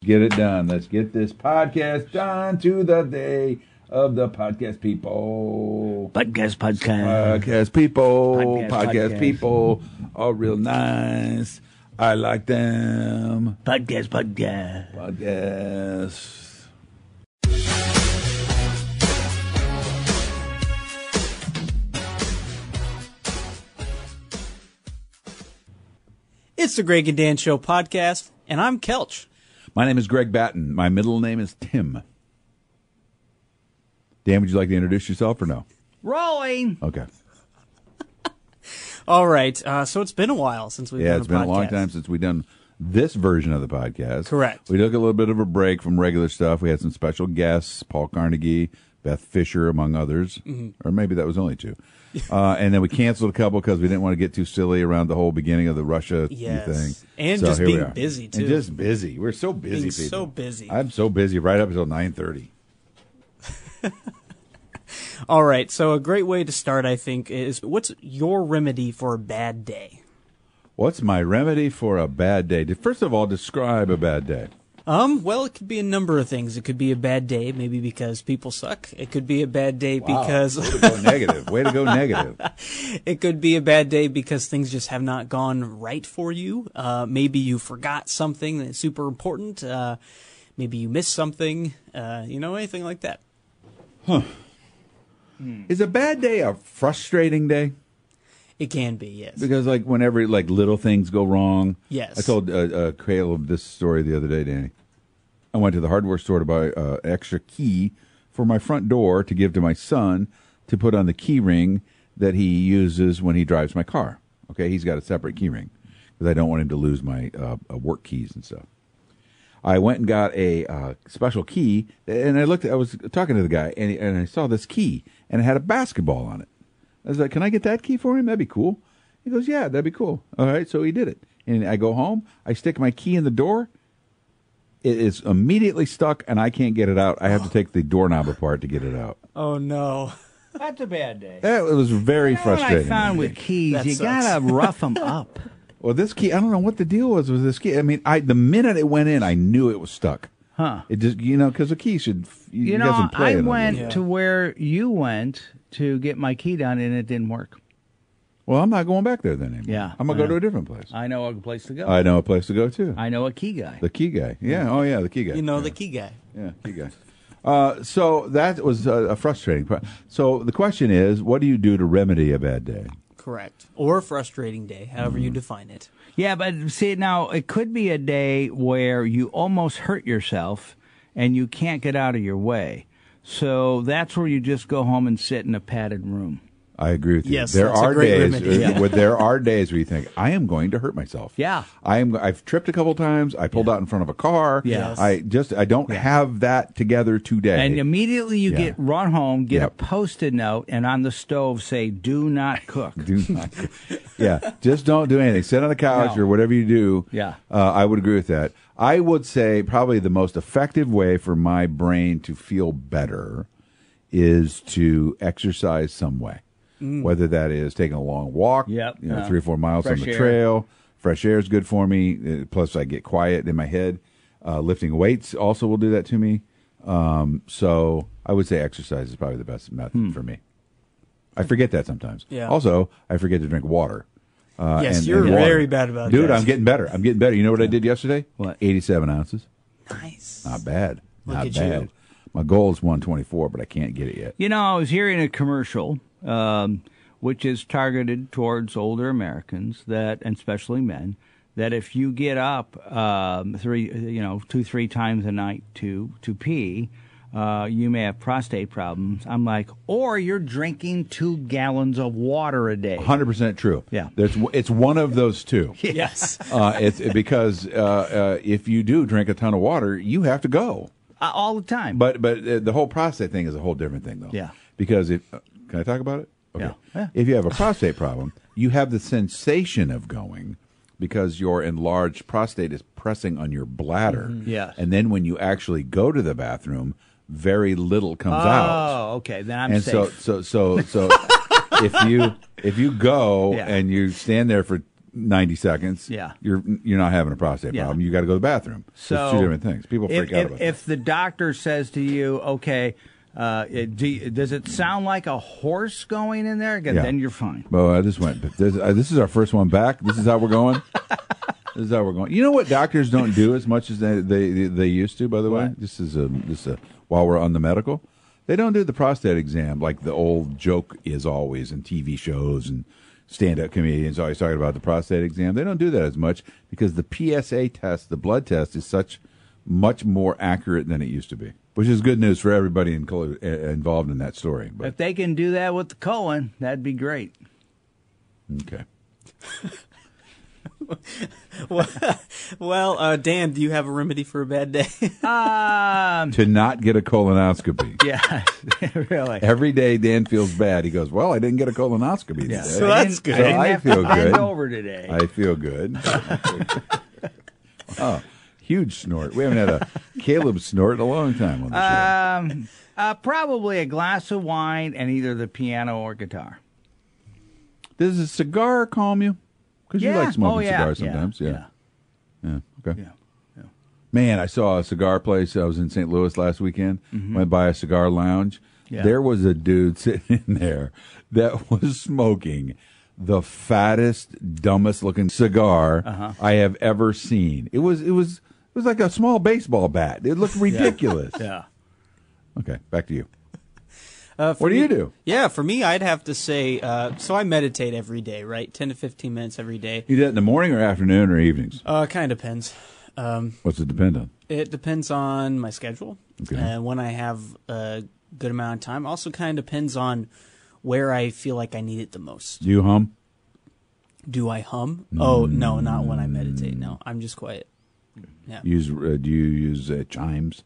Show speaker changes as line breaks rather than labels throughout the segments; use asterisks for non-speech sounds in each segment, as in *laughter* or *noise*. get it done. Let's get this podcast done to the day of the podcast people.
Podcast, podcast.
Podcast people, podcast,
Podcast, podcast.
people are real nice. I like them.
Podcast, podcast.
Podcast.
It's the Greg and Dan Show podcast, and I'm Kelch.
My name is Greg Batten. My middle name is Tim. Dan, would you like to introduce yourself or no?
Rolling.
Okay.
All right, uh, so it's been a while since we've
Yeah,
done
it's
a
been a long
podcast.
time since we've done this version of the podcast.
Correct.
We took a little bit of a break from regular stuff. We had some special guests, Paul Carnegie, Beth Fisher, among others,
Mm-hmm.
or maybe that was only two. uh, and then we canceled a couple because we didn't want to get too silly around the whole beginning of the Russia
Yes.
thing.
And
So
just
here we
being
are.
busy, too.
And just busy. We're so busy.
Being
people.
so busy.
I'm so busy right up until nine thirty.
All right, so a great way to start, I think, is what's your remedy for a bad day?
What's my remedy for a bad day? First of all, describe a bad day.
Um, well, it could be a number of things. It could be a bad day, maybe because people suck. It could be a bad day
Wow.
because *laughs*
way to go negative. Way to go negative.
it could be a bad day because things just have not gone right for you. Uh, maybe you forgot something that's super important. Uh, maybe you missed something. Uh, you know, anything like that.
Is a bad day a frustrating day?
It can be, yes.
Because like whenever like little things go wrong.
Yes.
I told uh, uh, Caleb this story the other day, Danny. I went to the hardware store to buy uh, extra key for my front door to give to my son to put on the key ring that he uses when he drives my car. Okay, he's got a separate key ring because I don't want him to lose my uh, uh, work keys and stuff. I went and got a uh, special key, and I looked. I was talking to the guy, and and I saw this key, and it had a basketball on it. I was like, "Can I get that key for him? That'd be cool." He goes, "Yeah, that'd be cool." All right, so he did it, and I go home. I stick my key in the door. It is immediately stuck, and I can't get it out. I have to take the doorknob apart to get it out.
Oh no.
That's a bad day.
That was very
You know what I
frustrating.
found with keys,
That
you
sucks.
gotta rough *laughs* them up.
Well, this key, I don't know what the deal was with this key. I mean, I the minute it went in, I knew it was stuck.
Huh.
It just, you know, because a key should, you,
You
you
know,
guys can play it
I
on
went
it.
Yeah.
to where you went to get my key down, and it didn't work.
Well, I'm not going back there then anymore.
Yeah,
I'm gonna
I
go to
know.
a different place.
I know a place to go.
I know a place to go to.
I know a key guy.
The key guy. Yeah. Oh yeah, the key guy.
You know
yeah.
the key guy.
Yeah, key guy. Uh, so that was a, a frustrating part. So the question is, what do you do to remedy a bad day?
Correct. Or a frustrating day, however you define it.
Yeah, but see, now it could be a day where you almost hurt yourself and you can't get out of your way. So that's where you just go home and sit in a padded room.
I agree with you.
Yes,
there
that's a
are
great
days
remedy. Yeah.
where there are days where you think I am going to hurt myself.
Yeah.
I am. I've tripped a couple times. I pulled out in front of a car.
Yes.
I just I don't have that together today.
And immediately you
Yeah.
get run home, get
Yep.
a post-it note, and on the stove say "Do not cook."
do not. yeah, just don't do anything. Sit on the couch
No.
or whatever you do.
Yeah.
uh, I would agree with that. I would say probably the most effective way for my brain to feel better is to exercise some way, whether that is taking a long walk,
Mm. Yep.
you know,
Yeah.
three or four miles on
Fresh
the
air.
trail. Fresh air is good for me. Uh, Plus, I get quiet in my head. Uh, lifting weights also will do that to me. Um, so I would say exercise is probably the best method for me. I forget that sometimes.
Hmm. Yeah.
Also, I forget to drink water. Uh,
Yes, you're
water.
very bad about
Dude,
that.
I'm getting better. I'm getting better. You know what I did yesterday?
What?
87 ounces.
*laughs* Nice.
Not bad.
Look
Not
at
bad.
you.
My goal is 124, but I can't get it yet.
You know, I was hearing a commercial, um, which is targeted towards older Americans that, and especially men, that if you get up um, three, you know, two, three times a night to to pee, uh, you may have prostate problems. I'm like, or you're drinking two gallons of water a day. *laughs*
100% true.
Yeah.
There's, it's one of those
*laughs*
two.
Yes.
uh, it's because uh, uh, if you do drink a ton of water, you have to go.
Uh, all the time.
But but uh, the whole prostate thing is a whole different thing, though.
Yeah.
Because if uh, can I talk about it?
Yeah. Yeah.
If you have a prostate problem, you have the sensation of going because your enlarged prostate is pressing on your bladder.
Mm-hmm. Yes.
And then when you actually go to the bathroom, very little comes out.
oh, okay. Then I'm
and
safe.
so so so so *laughs* if you if you go
Yeah.
and you stand there for 90 seconds,
Yeah.
you're you're not having a prostate
Yeah.
problem. You got to go to the bathroom.
So
it's two different things. People freak
if,
out
if,
about
if the doctor says to you, okay, uh, it, do you- does it sound like a horse going in there? Again,
Yeah.
Then you're fine.
Well, I just went. But this, uh, this is our first one back. This is how we're going. this is how we're going. You know what doctors don't do as much as they they, they, they used to. By the way,
What?
this is a this is a, while we're on the medical, they don't do the prostate exam like the old joke is always in TV shows and stand up comedians always talking about the prostate exam. They don't do that as much because the PSA test, the blood test, is such much more accurate than it used to be, which is good news for everybody in, uh, involved in that story. But
If they can do that with the colon, that'd be great. *laughs*
okay.
Well, uh, Dan, do you have a remedy for a bad day? *laughs*
Um,
To not get a colonoscopy.
yeah, *laughs* really.
Every day Dan feels bad. He goes, "Well, I didn't get a colonoscopy today.
Yeah.
So
I
that's
didn't-
good.
I didn't
So I
have
feel
to bend
good.
over today.
I feel good." *laughs* oh, huge snort. We haven't had a Caleb snort in a long time on the show.
um, uh, probably a glass of wine and either the piano or guitar.
Does a cigar calm you? Because you
Yeah.
like smoking
Oh, yeah.
cigars
Yeah.
sometimes. Yeah. Yeah. Okay.
yeah, yeah.
Man, I saw a cigar place. I was in St. Louis last weekend. Went by a cigar lounge.
Mm-hmm. Yeah.
There was a dude *laughs* sitting in there that was smoking the fattest, dumbest looking cigar
Uh-huh.
I have ever seen. It was it was it was like a small baseball bat. It
*laughs*
looked ridiculous.
yeah.
Okay, back to you.
Uh, for
What do you
me-
do?
Yeah, for me, I'd have to say. Uh, so I meditate every day, right? Ten to fifteen minutes every day.
You do that in the morning or afternoon or evenings?
Uh, kind of depends. Um,
What's it depend on?
it depends on my schedule
Okay.
uh, when I have a good amount of time. Also, kind of depends on where I feel like I need it the most.
Do you hum?
Do I hum? Oh no, not when I meditate. No, I'm just quiet.
Use uh, do you use uh, chimes?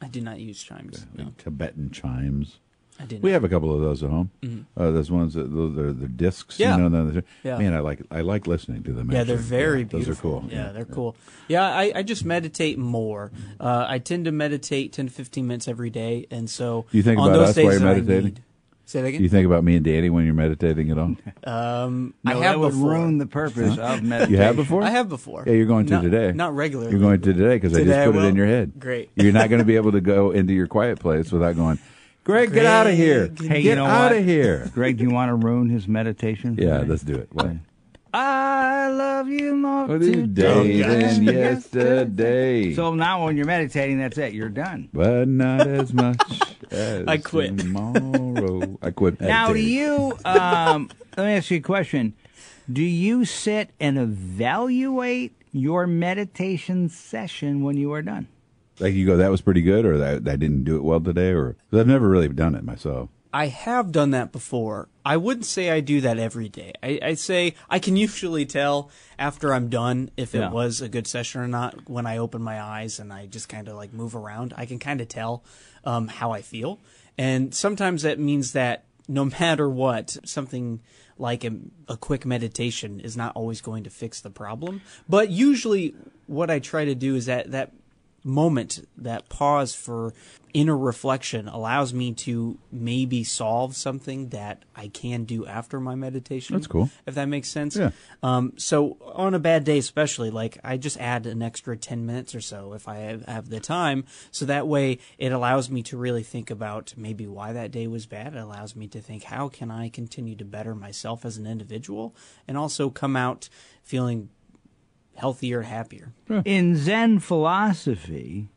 I do not use chimes.
Like
No,
Tibetan chimes.
I did.
We
not.
have a couple of those at home. Uh, those ones, that, those are the discs.
Mm-hmm. Yeah.
You know, the-
Yeah.
Man, I like I like listening to them.
Yeah, they're
actually.
very
Yeah,
beautiful.
Those are cool.
Yeah, they're cool. Yeah, I, I just meditate more. Uh, I tend to meditate 10 to 15 minutes every day. And so
You think
on
about
those
us
days
while you're
that I
meditating?
need- Say that
Do you
again?
think about me and Danny when you're meditating at
*laughs*
all?
Um,
No,
I have
that would
before.
ruin the purpose of meditation.
You have before?
I have before.
Yeah, you're going to
Not-
today.
Not regularly.
You're going to today because I
Today I
just put it in
will.
your head.
Great.
You're not going
*laughs*
to be able to go into your quiet place without going, Greg, get out of here.
Greg,
Hey,
get
you know
out
what?
of here.
Greg, do you want to ruin his meditation?
Yeah, let's do it. What?
I love you more
What
today.
is day than
than
yesterday?
So now when you're meditating, that's it. You're done.
but not as much as
*laughs* I quit.
tomorrow. I
*laughs*
quit.
Now, do
meditating.
you,
*laughs*
um, let me ask you a question. Do you sit and evaluate your meditation session when you are done?
Like you go, that was pretty good, or that I didn't do it well today, or 'cause I've never really done it myself.
I have done that before. I wouldn't say I do that every day. I, I say I can usually tell after I'm done if
Yeah.
it was a good session or not when I open my eyes and I just kind of like move around. I can kind of tell um, how I feel. And sometimes that means that no *laughs* matter what, something like a, a quick meditation is not always going to fix the problem. But usually what I try to do is that, that moment, that pause for inner reflection allows me to maybe solve something that I can do after my meditation.
That's cool.
If that makes sense.
Yeah.
Um, so on a bad day, especially, like I just add an extra 10 minutes or so if I have, have the time. So that way it allows me to really think about maybe why that day was bad. It allows me to think, how can I continue to better myself as an individual and also come out feeling healthier, happier.
In Zen philosophy,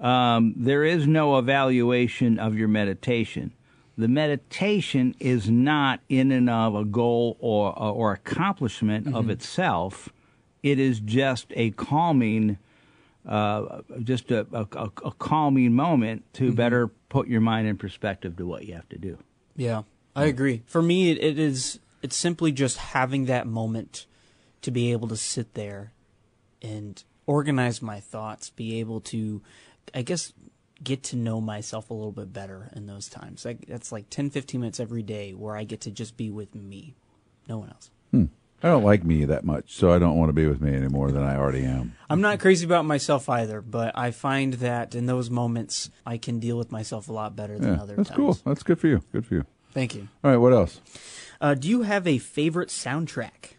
um, there is no evaluation of your meditation. The meditation is not in and of a goal or uh, or accomplishment of itself. It is just a calming, uh, just a, a, a- a calming moment to better put your mind in perspective to what you have to do.
Yeah, I agree. For me, it, it is it's simply just having that moment to be able to sit there and organize my thoughts, be able to, I guess, get to know myself a little bit better in those times. Like that's like 10, 15 minutes every day where I get to just be with me, no one else.
I don't like me that much, so I don't want to be with me any more than I already am.
I'm not crazy about myself either, but I find that in those moments I can deal with myself a lot better than
Yeah,
other
that's
times.
cool. That's good for you. Good for you.
Thank you.
All right, what else?
Uh, do you have a favorite soundtrack?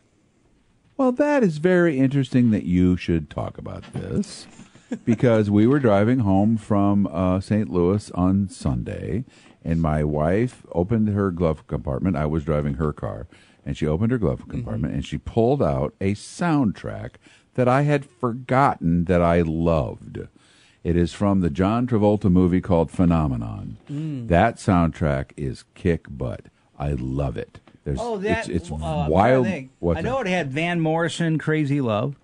Well, that is very interesting that you should talk about this because we were driving home from uh, St. Louis on Sunday, and my wife opened her glove compartment. I was driving her car, and she opened her
Mm-hmm.
glove compartment and she pulled out a soundtrack that I had forgotten that I loved. It is from the John Travolta movie called Phenomenon.
Mm.
That soundtrack is kick butt. I love it. There's,
Oh, that
it's, it's
uh, I'm trying to
wild.
think.
what's
I
that?
know it had Van Morrison, "Crazy Love."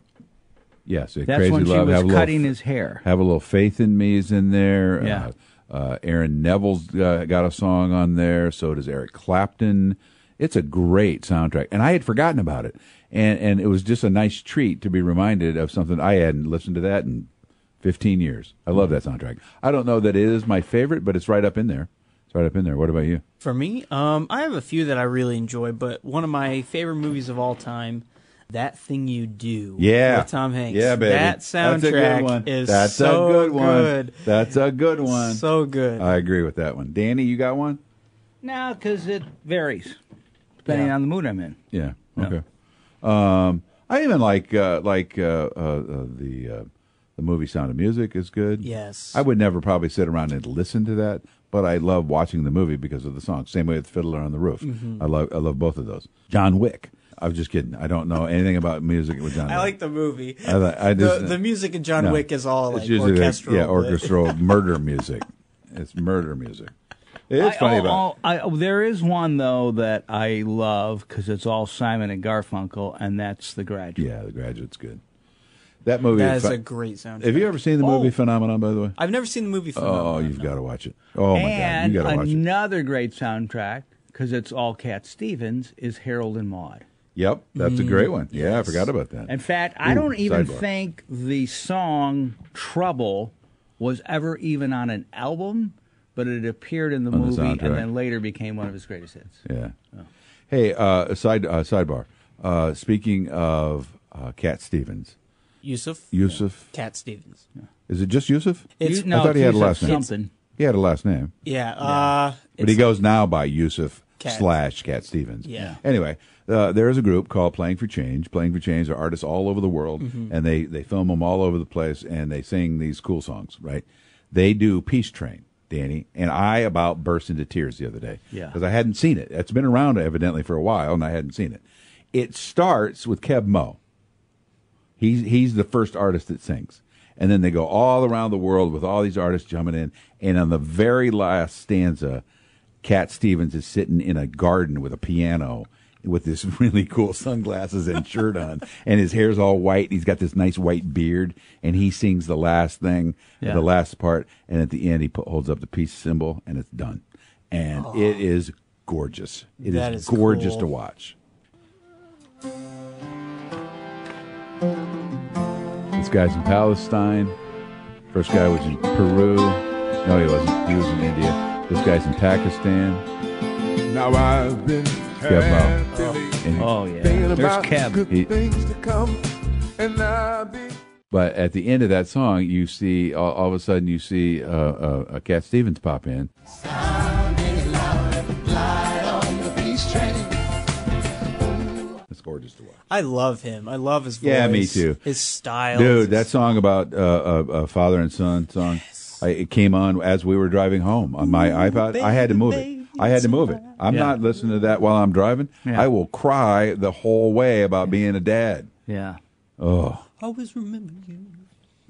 Yes, a
That's
crazy
when she
love.
was
have a little-
cutting his hair.
Have a little faith in me is in there.
Yeah.
Uh, uh, Aaron Neville's uh, got a song on there. So does Eric Clapton. It's a great soundtrack, and I had forgotten about it, and and it was just a nice treat to be reminded of something I hadn't listened to that in fifteen years. I love that soundtrack. I don't know that it is my favorite, but it's right up in there. It's right up in there. What about you?
For me, um, I have a few that I really enjoy, but one of my favorite movies of all time, That Thing You Do.
Yeah,
With Tom Hanks.
Yeah, baby.
That soundtrack
That's a good one.
is
That's
so
a good one.
good.
That's a good one. Uh,
So good.
I agree with that one. Danny, you got one?
No, because it varies depending
Yeah.
on the mood I'm in.
Yeah. Okay. Um, I even like uh, like uh, uh, uh, the uh, the movie Sound of Music is good.
Yes.
I would never probably sit around and listen to that, but I love watching the movie because of the song. Same way with Fiddler on the Roof.
Mm-hmm.
I love I love both of those. John Wick. I was just kidding. I don't know anything about music with John.
I
Wick.
like the movie.
I li- I just-
the, the music in John
No.
Wick is all like
It's usually like,
orchestral.
yeah,
but- *laughs*
orchestral murder music. It's murder music. It's
I-
funny
oh,
about.
oh, I- oh, there is one though that I love because it's all Simon and Garfunkel, and that's The Graduate.
Yeah, The Graduate's good. That movie
That
is
is
fu-
a great soundtrack.
Have you ever seen the movie
Oh.
Phenomenon? By the way,
I've never seen the movie.
Oh,
Phenomenon,
you've
no.
got to watch it. Oh my
and
god, you got to watch it.
another great soundtrack because it's all Cat Stevens is Harold and Maude.
Yep, that's a great one. Yeah, I forgot about that.
In fact, I
Ooh,
don't even
sidebar.
think the song "Trouble" was ever even on an album, but it appeared in the
On the
movie
soundtrack.
and then later became one of his greatest hits.
Yeah. Hey, uh, side uh, sidebar. Uh, speaking of uh, Cat Stevens,
Yusuf
Yusuf.
Cat Stevens.
Is it just Yusuf?
It's-
You- no,
I thought he had a
it's
last name.
something.
He had a last name,
Yeah, uh,
but he goes now by Yusuf
Cat.
slash Cat Stevens.
Yeah.
Anyway, uh, there is a group called Playing for Change. Playing for Change are artists all over the world,
Mm-hmm.
and they they film them all over the place, and they sing these cool songs. Right? They do Peace Train, Danny, and I about burst into tears the other day.
Yeah.
because I hadn't seen it. It's been around evidently for a while, and I hadn't seen it. It starts with Keb Mo. He's he's the first artist that sings. And then they go all around the world with all these artists jumping in. And on the very last stanza, Cat Stevens is sitting in a garden with a piano with this *laughs* really cool sunglasses and shirt on. And his hair's all white. and He's got this nice white beard. And he sings the last thing,
Yeah.
the last part. And at the end, he pu- holds up the peace symbol and it's done. And it is gorgeous. It is
That is
gorgeous
cool.
to watch. This guy's in Palestine. First guy was in Peru. No, he wasn't. He was in India. This guy's in Pakistan.
Now I've been
Mo.
happily
And,
Oh yeah,
thinking
there's
about
Kev.
good
He-
things to come, and I'll be.
But at the end of that song, you see all, all of a sudden you see uh, uh, a Cat Stevens pop in. It's gorgeous to watch.
I love him. I love his voice.
Yeah, me too.
His style,
Dude, that
that's
song about uh, uh, uh, father and son song, I, it came on as we were driving home on my iPod. I had to move it.
baby,
I had to move it. I'm
Yeah.
not listening to that while I'm driving.
Yeah.
I will cry the whole way about being a dad.
yeah.
always remember you.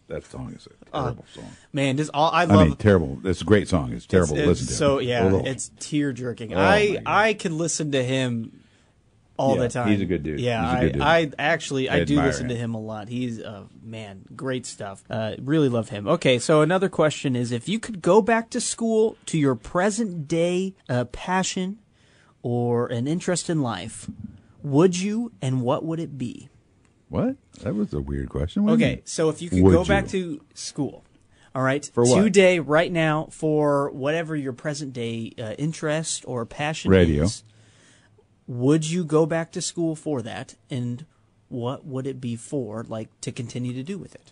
That song is a terrible song.
Man, this all I
I
Uh, love.
mean, terrible. It's a great song. It's terrible
it's,
to listen to.
So yeah,
Ugh.
it's tear jerking.
my
I
God.
I can listen to him all
Yeah,
the time.
he's a good dude.
Yeah,
He's a good dude.
I, I actually I,
I
do
admire
listen to
him.
him a lot. He's uh man, great stuff. Uh, really love him. Okay, so another question is if you could go back to school to your present day uh, passion or an interest in life, would you and what would it be?
what? That was a weird question.
Mm-hmm.
What do you
Okay,
mean?
so if you could
Would
go
you?
back to school, all right,
For what?
today, right now, for whatever your present day uh, interest or passion
Radio.
is, would you go back to school for that, and what would it be for, like to continue to do with it?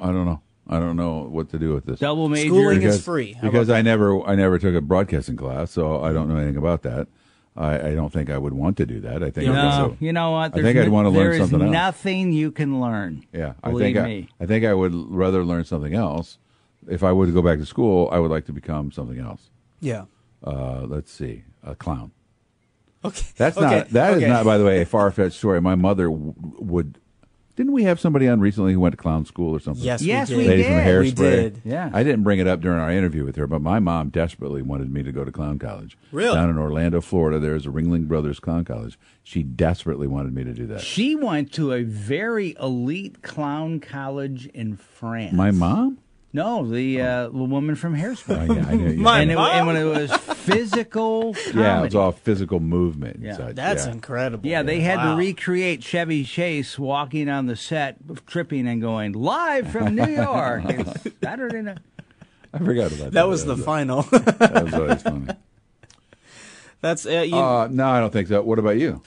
I don't know. I don't know what to do with this.
Double major.
Schooling is free. How
because I never I never took a broadcasting class, so I don't know anything about that. I, I don't think I would want to do that. I think
No.
that's
No,
a-
you know what?
I think I'd
no-
want to learn
there is
something else.
nothing you can learn.
Yeah, I
believe
think I,
me.
I think I would rather learn something else. If I were to go back to school, I would like to become something else.
Yeah.
Uh, let's see, a clown.
Okay.
That's
okay.
not. That is
okay.
not. By the way,
*laughs*
a far fetched story. My mother w- would. Didn't we have somebody on recently who went to clown school or something?
Yes,
Yes,
we
we
did.
Lady from Hairspray.
We did.
Yeah.
I didn't bring it up during our interview with her, but my mom desperately wanted me to go to clown college.
Really?
Down in Orlando, Florida, there's a Ringling Brothers Clown College. She desperately wanted me to do that.
She went to a very elite clown college in France.
My mom?
No, the uh, the woman from
Oh,
Hairspray.
yeah,
*laughs*
I know, yeah.
My
and, it,
yeah,
and when it was physical
*laughs*
comedy.
yeah, it was all physical movement. and
Yeah.
such,
That's
yeah.
incredible.
Yeah, they had
Wow.
to recreate Chevy Chase walking on the set, tripping and going live from
*laughs*
New York. It's Saturday night.
I forgot about that.
That was the final. *laughs*
That was always funny.
That's uh, you,
Uh, no, I don't think so. What about you?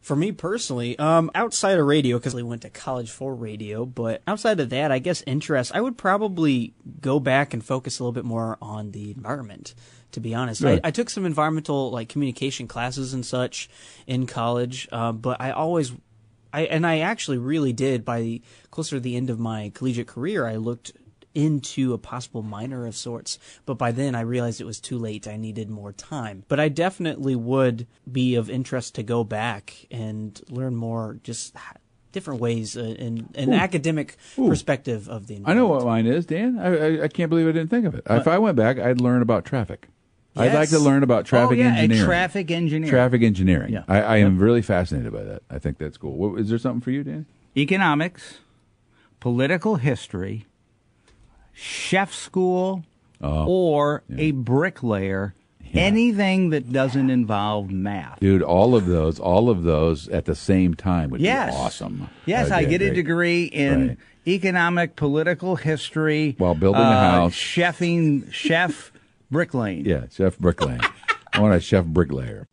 for me personally. Um, outside of radio, because I went to college for radio, but outside of that, I guess interest. I would probably go back and focus a little bit more on the environment. To be honest,
Yeah.
I, I took some environmental like communication classes and such in college, uh, but I always I and I actually really did by the closer to the end of my collegiate career I looked into a possible minor of sorts but by then I realized it was too late I needed more time but I definitely would be of interest to go back and learn more just h- different ways uh, and an academic perspective of the
I know
environment.
what mine is, Dan. I, I, I can't believe I didn't think of it. If I went back, I'd learn about traffic. I'd like to
Yes.
learn about traffic
oh, yeah,
engineering.
a traffic engineer.
Traffic engineering.
Yeah.
I, I am really fascinated by that. I think that's cool. What, is there something for you, Dan?
Economics, political history, chef school,
Oh.
Uh, or a bricklayer. Anything that doesn't involve math.
Dude, all of those, all of those at the same time would
Yes.
be awesome.
Yes,
That'd
I
be
get a
great-
degree in
Right.
economic, political history.
While building a
uh,
house.
Chefing, chef, *laughs* bricklaying. *laughs*
Yeah, Chef Bricklaying. I want a Chef Bricklayer.